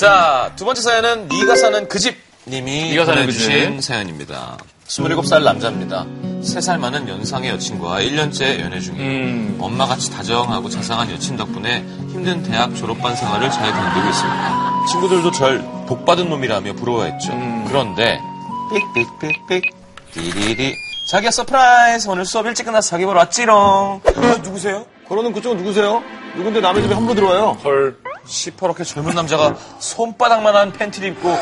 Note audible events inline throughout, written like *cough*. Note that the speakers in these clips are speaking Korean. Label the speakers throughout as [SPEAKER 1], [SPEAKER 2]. [SPEAKER 1] 자, 두 번째 사연은 네가 사는 그 집 님이
[SPEAKER 2] 네가 사는 그
[SPEAKER 1] 보내주신 사연입니다. 27살 남자입니다. 3살 많은 연상의 여친과 1년째 연애 중이에요.
[SPEAKER 2] 음.
[SPEAKER 1] 엄마같이 다정하고 자상한 여친 덕분에 힘든 대학 졸업반 생활을 잘 견디고 있습니다. 친구들도 절 복받은 놈이라며 부러워했죠. 그런데 음. 삑삑삑삑 띠리리 자기야 서프라이즈 오늘 수업 일찍 끝나서 자기 보러 왔지롱 어, 누구세요?
[SPEAKER 3] 그러는 그쪽은 누구세요? 누군데 남의 집에 함부로 들어와요?
[SPEAKER 2] 헐.
[SPEAKER 1] 시퍼렇게 젊은 남자가 손바닥만한 팬티를 입고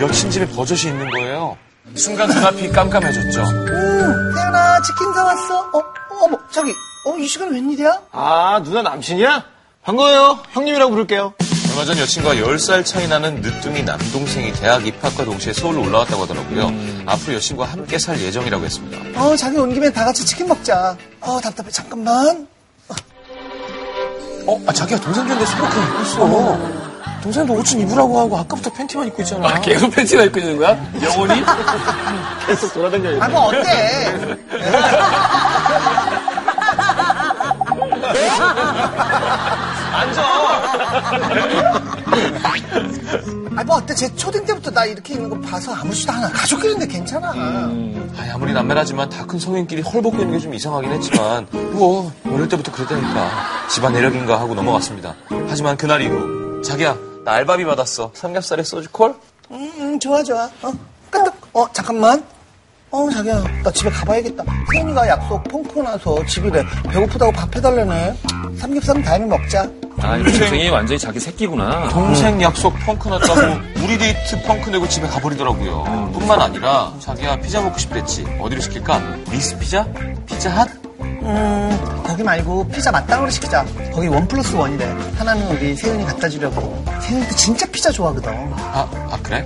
[SPEAKER 1] 여친 집에 버젓이 있는 거예요. 순간 눈앞이 깜깜해졌죠.
[SPEAKER 4] 태연아 치킨 사왔어? 어, 어머 저기 어, 이 시간 웬일이야?
[SPEAKER 3] 아, 누나 남친이야? 반가워요. 형님이라고 부를게요.
[SPEAKER 1] 얼마 전 여친과 10살 차이 나는 늦둥이 남동생이 대학 입학과 동시에 서울로 올라왔다고 하더라고요. 앞으로 여친과 함께 살 예정이라고 했습니다.
[SPEAKER 4] 어 자기 온 김에 다 같이 치킨 먹자 어 답답해 잠깐만
[SPEAKER 1] 어, 아, 자기야, 동생 전데 수박형 입고 있어. 동생도 옷좀 입으라고 하고 아까부터 팬티만 입고 있잖아.
[SPEAKER 2] 아, 계속 팬티만 입고 있는 거야? 영원히?
[SPEAKER 3] 계속 돌아다녀요.
[SPEAKER 4] 아 뭐 어때? 앉아 아뭐 어때 제 초딩 때부터 나 이렇게 입는 거 봐서 아무 수도 하나 가족끼리인데 괜찮아
[SPEAKER 1] 아이, 아무리 남매라지만 다 큰 성인끼리 헐벗고 있는 게 좀 이상하긴 했지만 뭐 어릴 때부터 그랬다니까 집안 내력인가 하고 넘어갔습니다. 하지만 그날 이후 자기야 나 알바비 받았어 삼겹살에 소주 콜?
[SPEAKER 4] 음, 음, 좋아 좋아 어 끄떡 어 잠깐만 어 자기야 나 집에 가봐야겠다 세연이가 약속 펑크 나서 집이래 배고프다고 밥 해달래네 삼겹살은 다음에 먹자
[SPEAKER 2] 아, 이 동생이 완전히 자기 새끼구나.
[SPEAKER 1] 동생 약속 펑크 났다고 우리 데이트 펑크 내고 집에 가버리더라고요. 뿐만 아니라 자기야 피자 먹고 싶댔지 어디로 시킬까? 리스 피자? 피자 핫?
[SPEAKER 4] 음, 거기 말고 피자 맛땅으로 시키자. 거기 원 플러스 원이래. 하나는 우리 세윤이 갖다 주려고. 세윤이도 진짜 피자 좋아하거든.
[SPEAKER 1] 아, 아 그래?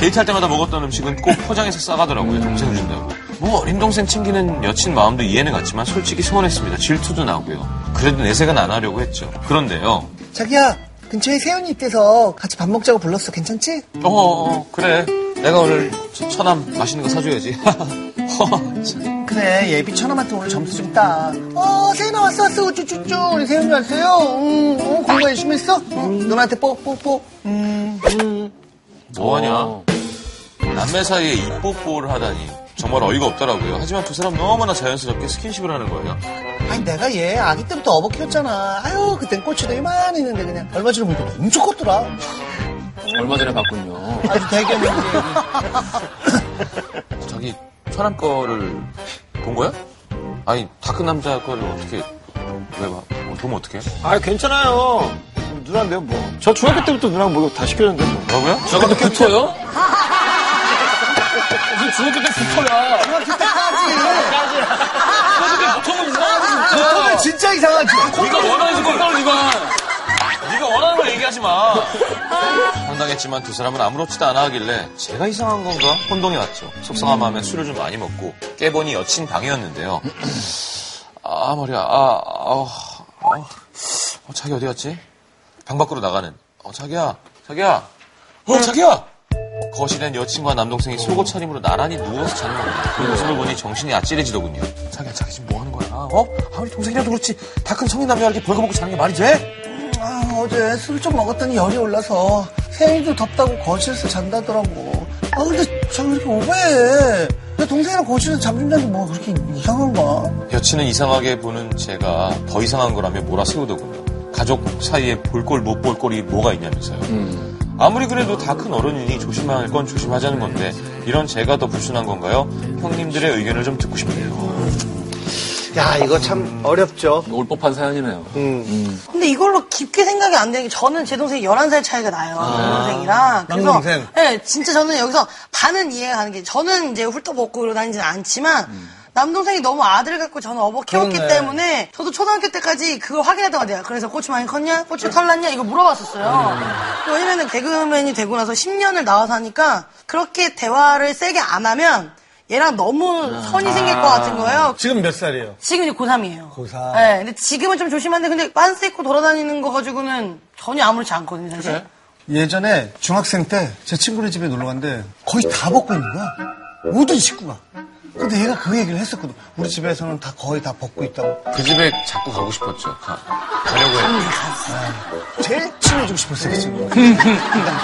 [SPEAKER 1] 데이트할 때마다 먹었던 음식은 꼭 포장해서 싸가더라고요. 동생 준다고. 뭐 어린 동생 챙기는 여친 마음도 이해는 갔지만 솔직히 서운했습니다. 질투도 나고요. 그래도 내색은 안 하려고 했죠. 그런데요.
[SPEAKER 4] 자기야, 근처에 세윤이 있대서 같이 밥 먹자고 불렀어. 괜찮지?
[SPEAKER 1] 어, 어, 어, 그래. 내가 오늘 저 처남 맛있는 거 사줘야지. *laughs* 허, 참.
[SPEAKER 4] 그래, 예비 처남한테 오늘 점수 좀 따. 어, 세윤아 왔어, 왔어. 우쭈쭈쭈. 우리 세윤이 왔어요. 음, 어, 공부 열심히 했어? 음, 누나한테 뽀, 뽀, 뽀. 음,
[SPEAKER 2] 어.
[SPEAKER 1] 뭐하냐? 남매 사이에 입뽀뽀를 하다니. 정말 어이가 없더라고요. 하지만 두 사람 너무나 자연스럽게 스킨십을 하는 거예요.
[SPEAKER 4] 아니, 내가 얘 아기 때부터 어버 키웠잖아. 아유, 그땐 꼬치도 이만 했는데 그냥. 얼마 전에 보니까 엄청 컸더라.
[SPEAKER 2] 얼마 전에 봤군요.
[SPEAKER 4] 아주 대견했는데.
[SPEAKER 1] 자기 처남 거를 본 거야? 아니 다 큰 남자 거를 어떻게 왜 봐? 어, 보면 어떻게?
[SPEAKER 3] 아, 괜찮아요. 누나인데요, 뭐. 저 중학교 때부터 누나랑 뭐 다 시켰는데, 뭐.
[SPEAKER 1] 뭐라고요?
[SPEAKER 2] 저거 도 붙어요? 무슨 중학교 때 붙어야. 중학교 때 붙으면 이상하지, 진짜.
[SPEAKER 4] 아, 진짜 이상하지?
[SPEAKER 2] 네가
[SPEAKER 1] 아, 뭐,
[SPEAKER 2] 원하는 걸 빨리 네가.
[SPEAKER 1] 네가 원하는 걸 얘기하지 마. 황당했지만 두 사람은 아무렇지도 않아 하길래 제가 이상한 건가 혼동이 왔죠. 속상한 마음에 술을 좀 많이 먹고 깨보니 여친 방이었는데요. 아 머리야. 아, 아, 아, 어, 자기 어디 갔지? 방 밖으로 나가는. 어 자기야, 자기야. 어 자기야. 거실엔 여친과 남동생이 속옷 차림으로 나란히 누워서 자는 겁니다. 그 모습을 보니 정신이 아찔해지더군요. 자기야, 자기 지금 뭐 하는 거야? 어? 아무리 동생이라도 그렇지. 다 큰 성인 남자와 이렇게 벌거벗고 자는 게 말이 돼?
[SPEAKER 4] 아, 어제 술 좀 먹었더니 열이 올라서 세일도 덥다고 거실에서 잔다더라고. 아, 근데 저 이렇게 오버해. 내 동생이랑 거실에서 잠좀 자는 게 뭐 그렇게 이상한가?
[SPEAKER 1] 여친은 이상하게 보는 제가 더 이상한 거라며 몰아세우더군요. 가족 사이에 볼 꼴 못 볼 꼴이 뭐가 있냐면서요. 음. 아무리 그래도 다 큰 어른이니 조심할 건 조심하자는 건데 이런 제가 더 불순한 건가요? 형님들의 의견을 좀 듣고 싶네요.
[SPEAKER 3] 야, 이거 참 어렵죠.
[SPEAKER 2] 올 법한 사연이네요.
[SPEAKER 5] 근데 이걸로 깊게 생각이 안 되는 게 저는 제 동생이 11살 차이가 나요. 동생이랑. 그래서
[SPEAKER 3] 아, 남동생.
[SPEAKER 5] 네, 진짜 저는 여기서 반은 이해가 가는 게 저는 이제 훌떡 벗고 그러다니지는 않지만
[SPEAKER 3] 음.
[SPEAKER 5] 남동생이 너무 아들 같고 저는 어버 키웠기 때문에 저도 초등학교 때까지 그걸 확인했던 것 같아요. 그래서 꼬치 많이 컸냐? 꼬치 털났냐? 이거 물어봤었어요.
[SPEAKER 3] 음.
[SPEAKER 5] 왜냐면은 개그맨이 되고 나서 10년을 나와서 하니까 그렇게 대화를 세게 안 하면 얘랑 너무
[SPEAKER 3] 아.
[SPEAKER 5] 선이 생길 것 같은 거예요.
[SPEAKER 3] 지금 몇 살이에요?
[SPEAKER 5] 지금 이제 고3이에요.
[SPEAKER 3] 고3.
[SPEAKER 5] 네, 근데 지금은 좀 조심한데, 근데 빤스 입고 돌아다니는 거 가지고는 전혀 아무렇지 않거든요, 사실.
[SPEAKER 4] 예전에 중학생 때 제 친구네 집에 놀러 갔는데 거의 다 벗고 있는 거야. 모든 식구가. 근데 얘가 그 얘기를 했었거든. 우리 집에서는 다 거의 다 벗고 있다고.
[SPEAKER 1] 그 집에 자꾸 가고 싶었죠. 가, 가려고 했는데.
[SPEAKER 4] 제일 친해지고 싶었어, 그 친구. *laughs*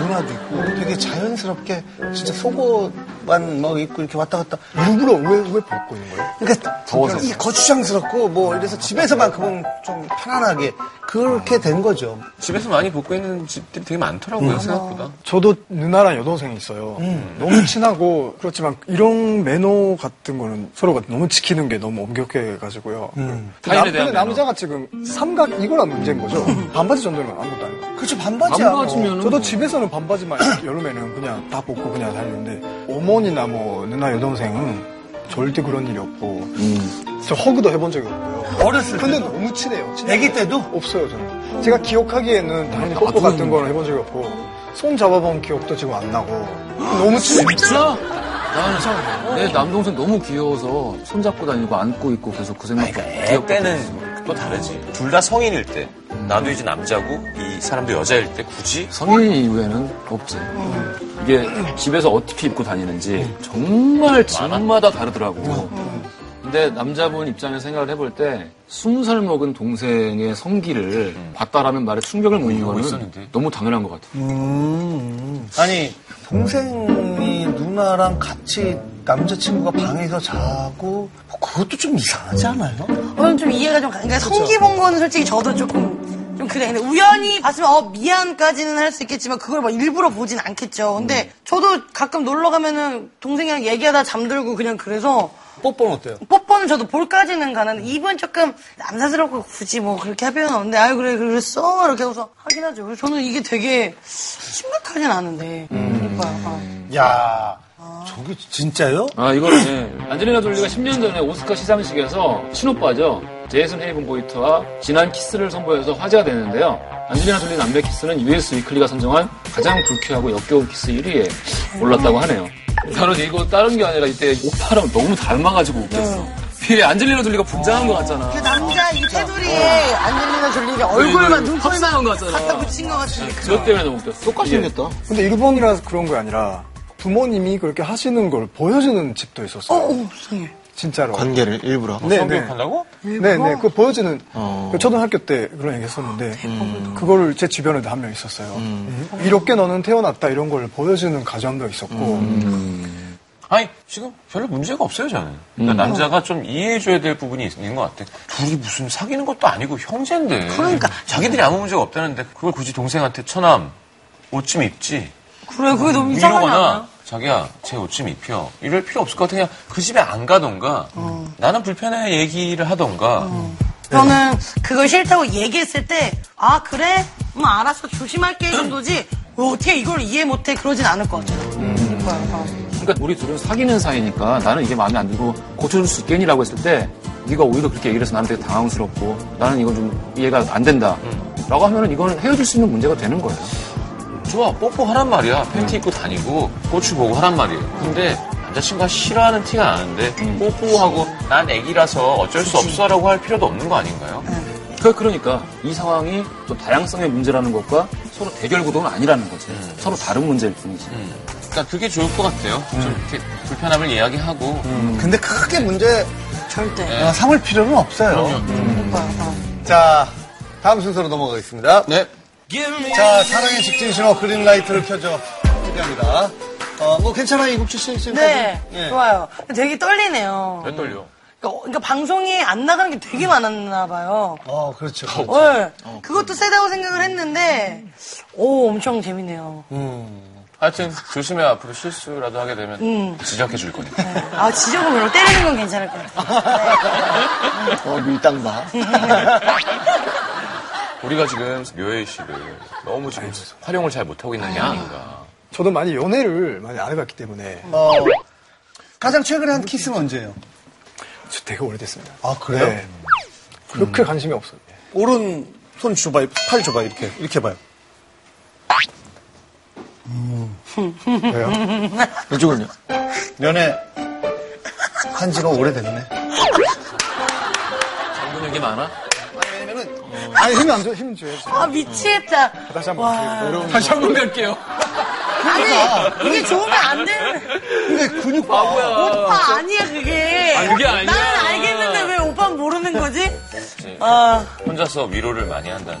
[SPEAKER 4] 누나도 있고 되게 자연스럽게 진짜 속옷만 뭐 입고 이렇게 왔다 갔다. 일부러 왜, 왜 벗고 있는 거예요? 그러니까 이 거추장스럽고 뭐 이래서 집에서만 그건 좀 편안하게 그렇게 된 거죠.
[SPEAKER 1] 집에서 많이 벗고 있는 집들이 되게 많더라고요, 생각보다.
[SPEAKER 6] 저도 누나랑 여동생이 있어요.
[SPEAKER 4] 음.
[SPEAKER 6] 너무 친하고 그렇지만 이런 매너 같은 거는 서로가 너무 지키는 게 너무 엄격해가지고요.
[SPEAKER 4] 음.
[SPEAKER 6] 근데
[SPEAKER 1] 타인에
[SPEAKER 6] 남-
[SPEAKER 1] 대한 매너.
[SPEAKER 6] 근데 남자가 지금 삼각 이거란 문제인 거죠. 반바지 정도는 아무것도 아니에요.
[SPEAKER 4] 음. 그렇죠, 반바지야.
[SPEAKER 2] 반바지면은
[SPEAKER 4] 뭐.
[SPEAKER 6] 저도 집에서는 반바지만 여름에는 그냥 다 벗고 그냥 다니는데 어머니나 뭐 누나 여동생은 절대 그런 일이 없고 저 허그도 해본 적이 없고요.
[SPEAKER 4] 음. 어렸을
[SPEAKER 6] 근데 너무 친해요. 친해요.
[SPEAKER 4] 아기 때도?
[SPEAKER 6] 없어요 저는. 제가 기억하기에는
[SPEAKER 4] 아,
[SPEAKER 6] 당연히 뽀뽀
[SPEAKER 4] 음.
[SPEAKER 6] 같은 거는 해본 적이 없고 손 잡아본 기억도 지금 안 나고
[SPEAKER 4] 아,
[SPEAKER 6] 너무 친해요.
[SPEAKER 2] 진짜? 나는 참, 내 남동생 너무 귀여워서 손잡고 다니고 안고 있고 계속 그 생각도
[SPEAKER 1] 애 때는 또 다르지. 둘 다 성인일 때. 나도 이제 남자고 이 사람도 여자일 때 굳이
[SPEAKER 2] 성인 이후에는 없지. 이게 집에서 어떻게 입고 다니는지 정말 집마다 다르더라고. 근데 남자분 입장에서 생각을 해볼 때 20살 먹은 동생의 성기를 봤다라는 말에 충격을 못 이유는
[SPEAKER 1] 음. 있었는데.
[SPEAKER 2] 너무 당연한 것 같아.
[SPEAKER 4] 아니 동생이 누나랑 같이 남자친구가 방에서 자고 뭐 그것도 좀 이상하지 않아요?
[SPEAKER 5] 저는 좀 이해가 좀 가. 그러니까 성기 본 거는 솔직히 저도 조금 좀 그래. 근데 우연히 봤으면 어 미안까지는 할 수 있겠지만 그걸 막 일부러 보진 않겠죠. 근데 저도 가끔 놀러 가면은 동생이랑 얘기하다 잠들고 그냥 그래서
[SPEAKER 4] 뽀뽀는 어때요?
[SPEAKER 5] 뽀뽀는 저도 볼까지는 가는데 입은 조금 남사스럽고 굳이 뭐 그렇게 할 필요는 없는데 아유 그래 그랬어 이렇게 해서 하긴 하죠. 그래서 저는 이게 되게 심각하진 않은데 오빠 어.
[SPEAKER 4] 야 아. 저게 진짜요?
[SPEAKER 2] 아, 이거는 예. 안젤리나 졸리가 10년 전에 오스카 시상식에서 친오빠죠. 제이슨 헤이븐 보이트와 진한 키스를 선보여서 화제가 되는데요. 안젤리나 졸리 남매 키스는 US 위클리가 선정한 가장 불쾌하고 역겨운 키스 1위에 올랐다고 하네요. 저는 이거 다른 게 아니라 이때 오빠랑 너무 닮아가지고 웃겼어.
[SPEAKER 5] 네.
[SPEAKER 2] 필에 안젤리나 졸리가 분장한 것 같잖아.
[SPEAKER 5] 그 남자 이 테두리에 안젤리나 졸리가 얼굴만 눈꼴만
[SPEAKER 2] 네. 합성한 것 같잖아.
[SPEAKER 5] 갖다 붙인 것 같은데
[SPEAKER 2] 그것 때문에 너무 웃겼어. 똑같이 생겼다.
[SPEAKER 6] 근데 일본이라서 그런 게 아니라 부모님이 그렇게 하시는 걸 보여주는 집도 있었어요. 진짜로.
[SPEAKER 3] 관계를 일부러.
[SPEAKER 6] 네, 네.
[SPEAKER 1] 성교육한다고?
[SPEAKER 6] 네, 네. 그거 보여주는,
[SPEAKER 4] 어.
[SPEAKER 6] 그 초등학교 때 그런 얘기
[SPEAKER 4] 아,
[SPEAKER 6] 했었는데, 그거를 제 주변에도 한 명 있었어요.
[SPEAKER 4] 음.
[SPEAKER 6] 음. 이렇게 너는 태어났다 이런 걸 보여주는 가정도 있었고,
[SPEAKER 4] 음.
[SPEAKER 1] 아니 지금 별로 문제가 없어요 저는. 그러니까
[SPEAKER 5] 음.
[SPEAKER 1] 남자가 좀 이해해줘야 될 부분이 있- 있는 것 같아. 둘이 무슨 사귀는 것도 아니고 형제인데.
[SPEAKER 5] 그러니까.
[SPEAKER 1] 자기들이 아무 문제가 없다는데 그걸 굳이 동생한테 처남 옷 좀 입지. 뭐
[SPEAKER 5] 그래 그게 너무 이상하지 않아요?
[SPEAKER 1] 이러거나 자기야 제 옷 좀 입혀 이럴 필요 없을 것 같아 그냥 그 집에 안 가던가
[SPEAKER 5] 어.
[SPEAKER 1] 나는 불편해 얘기를 하던가 네.
[SPEAKER 5] 저는 그걸 싫다고 얘기했을 때, 아, 그래? 음, 알았어. 조심할게. 이 정도지. 어, 어떻게 이걸 이해 못해. 그러진 않을 것 같아요.
[SPEAKER 1] 음.
[SPEAKER 5] 그러니까, 어.
[SPEAKER 2] 그러니까 우리 둘은 사귀는 사이니까 나는 이게 마음에 안 들고 고쳐줄 수 있겠니라고 했을 때 네가 오히려 그렇게 얘기를 해서 나는 되게 당황스럽고 나는 이건 좀 이해가 안 된다 라고 하면은 이거는 헤어질 수 있는 문제가 되는 거예요
[SPEAKER 1] 좋아 뽀뽀하란 말이야 팬티 입고 다니고 고추 보고 하란 말이에요 근데 남자친구가 싫어하는 티가 나는데
[SPEAKER 5] 음.
[SPEAKER 1] 뽀뽀하고 난 애기라서 어쩔 수 없어라고 할 필요도 없는 거 아닌가요?
[SPEAKER 2] 그- 그러니까 이 상황이 좀 다양성의 문제라는 것과 서로 대결 구도는 아니라는 거지 서로 다른 문제일 뿐이지
[SPEAKER 1] 그러니까 그게 좋을 것 같아요 좀 이렇게 불편함을 이야기하고 음.
[SPEAKER 4] 근데 크게 문제
[SPEAKER 5] 절대.
[SPEAKER 4] 아, 삼을 필요는 없어요.
[SPEAKER 1] 네.
[SPEAKER 4] 자 다음 순서로 넘어가겠습니다.
[SPEAKER 1] 네
[SPEAKER 4] 자 사랑의 직진 신호 그린라이트를 켜줘 기대합니다. 어, 뭐 괜찮아요 이국주 씨 지금까지?
[SPEAKER 5] 네,
[SPEAKER 4] 예.
[SPEAKER 5] 좋아요. 되게 떨리네요.
[SPEAKER 1] 왜 떨려?
[SPEAKER 5] 그러니까, 그러니까 방송이 안 나가는 게 되게 많았나 봐요.
[SPEAKER 4] 어 그렇죠.
[SPEAKER 5] 네.
[SPEAKER 1] 어,
[SPEAKER 5] 그것도 세다고 생각을 했는데, 오, 엄청 재밌네요.
[SPEAKER 1] 하여튼 조심해 앞으로 실수라도 하게 되면 지적해 줄 거니까
[SPEAKER 5] 아, 지적은 물론 때리는 건 괜찮을 것 같아요.
[SPEAKER 3] 어, 밀당봐.
[SPEAKER 1] *laughs* 우리가 지금 묘혜 씨를 너무 지금 활용을 잘 못하고 있는 게 아닌가.
[SPEAKER 6] 저도 많이 연애를 많이 안 해봤기 때문에,
[SPEAKER 4] 어, 가장 최근에 한 키스는 언제예요?
[SPEAKER 6] 저 되게 오래됐습니다.
[SPEAKER 4] 아 그래요?
[SPEAKER 6] 네. 그렇게 관심이 없어요.
[SPEAKER 4] 오른 손 줘봐, 팔 줘봐 이렇게 이렇게 봐요.
[SPEAKER 6] 왜요?
[SPEAKER 3] 이쪽은요?
[SPEAKER 4] 연애 한 지가 오래됐네.
[SPEAKER 1] 장근육이 많아?
[SPEAKER 6] 아니, 힘안 줘, 힘 줘야지.
[SPEAKER 5] 아, 미치겠다.
[SPEAKER 6] 다시 한번 기회를 내려오는
[SPEAKER 1] 다시 한 번 갈게요.
[SPEAKER 5] 아니, 이게 좋으면 안 되는.
[SPEAKER 4] 근데 근육파.
[SPEAKER 5] 오빠 아니야, 그게.
[SPEAKER 7] 아, 그게 아니야.
[SPEAKER 5] 난 알겠는데 왜 오빠는 모르는 거지? 아,
[SPEAKER 1] 혼자서 위로를 많이 한다는.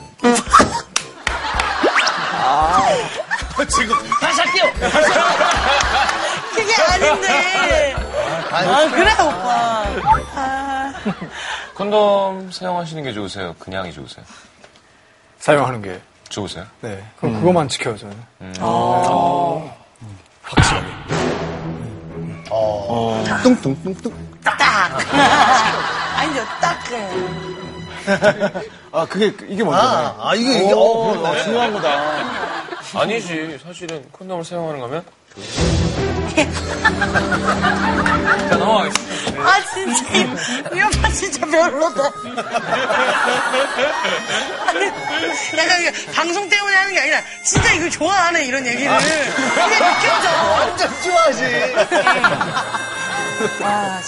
[SPEAKER 5] 그게 아닌데. 아, 그래, 오빠. 아,
[SPEAKER 1] 콘돔 사용하시는 게 좋으세요? 그냥이 좋으세요?
[SPEAKER 6] 사용하는 게.
[SPEAKER 1] 좋으세요?
[SPEAKER 6] 네.
[SPEAKER 4] 음.
[SPEAKER 6] 그럼 그것만 지켜요, 저는.
[SPEAKER 4] 뚱뚱뚱뚱.
[SPEAKER 5] 딱. 아니죠, 딱. 그래요.
[SPEAKER 6] 아, 그게, 이게 뭔가요?
[SPEAKER 4] 아, 아, 이게, 이게, 어, 그렇네. 중요한 거다.
[SPEAKER 1] 아니지. 사실은 콘돔을 사용하는 거면
[SPEAKER 5] 아, 진짜. 이, 이 오빠 진짜 별로다. 아니, 약간 이게 방송 때문에 하는 게 아니라, 진짜 이걸 좋아하네, 이런 얘기를. 이게 느껴져.
[SPEAKER 4] 완전 좋아하지.
[SPEAKER 5] 아,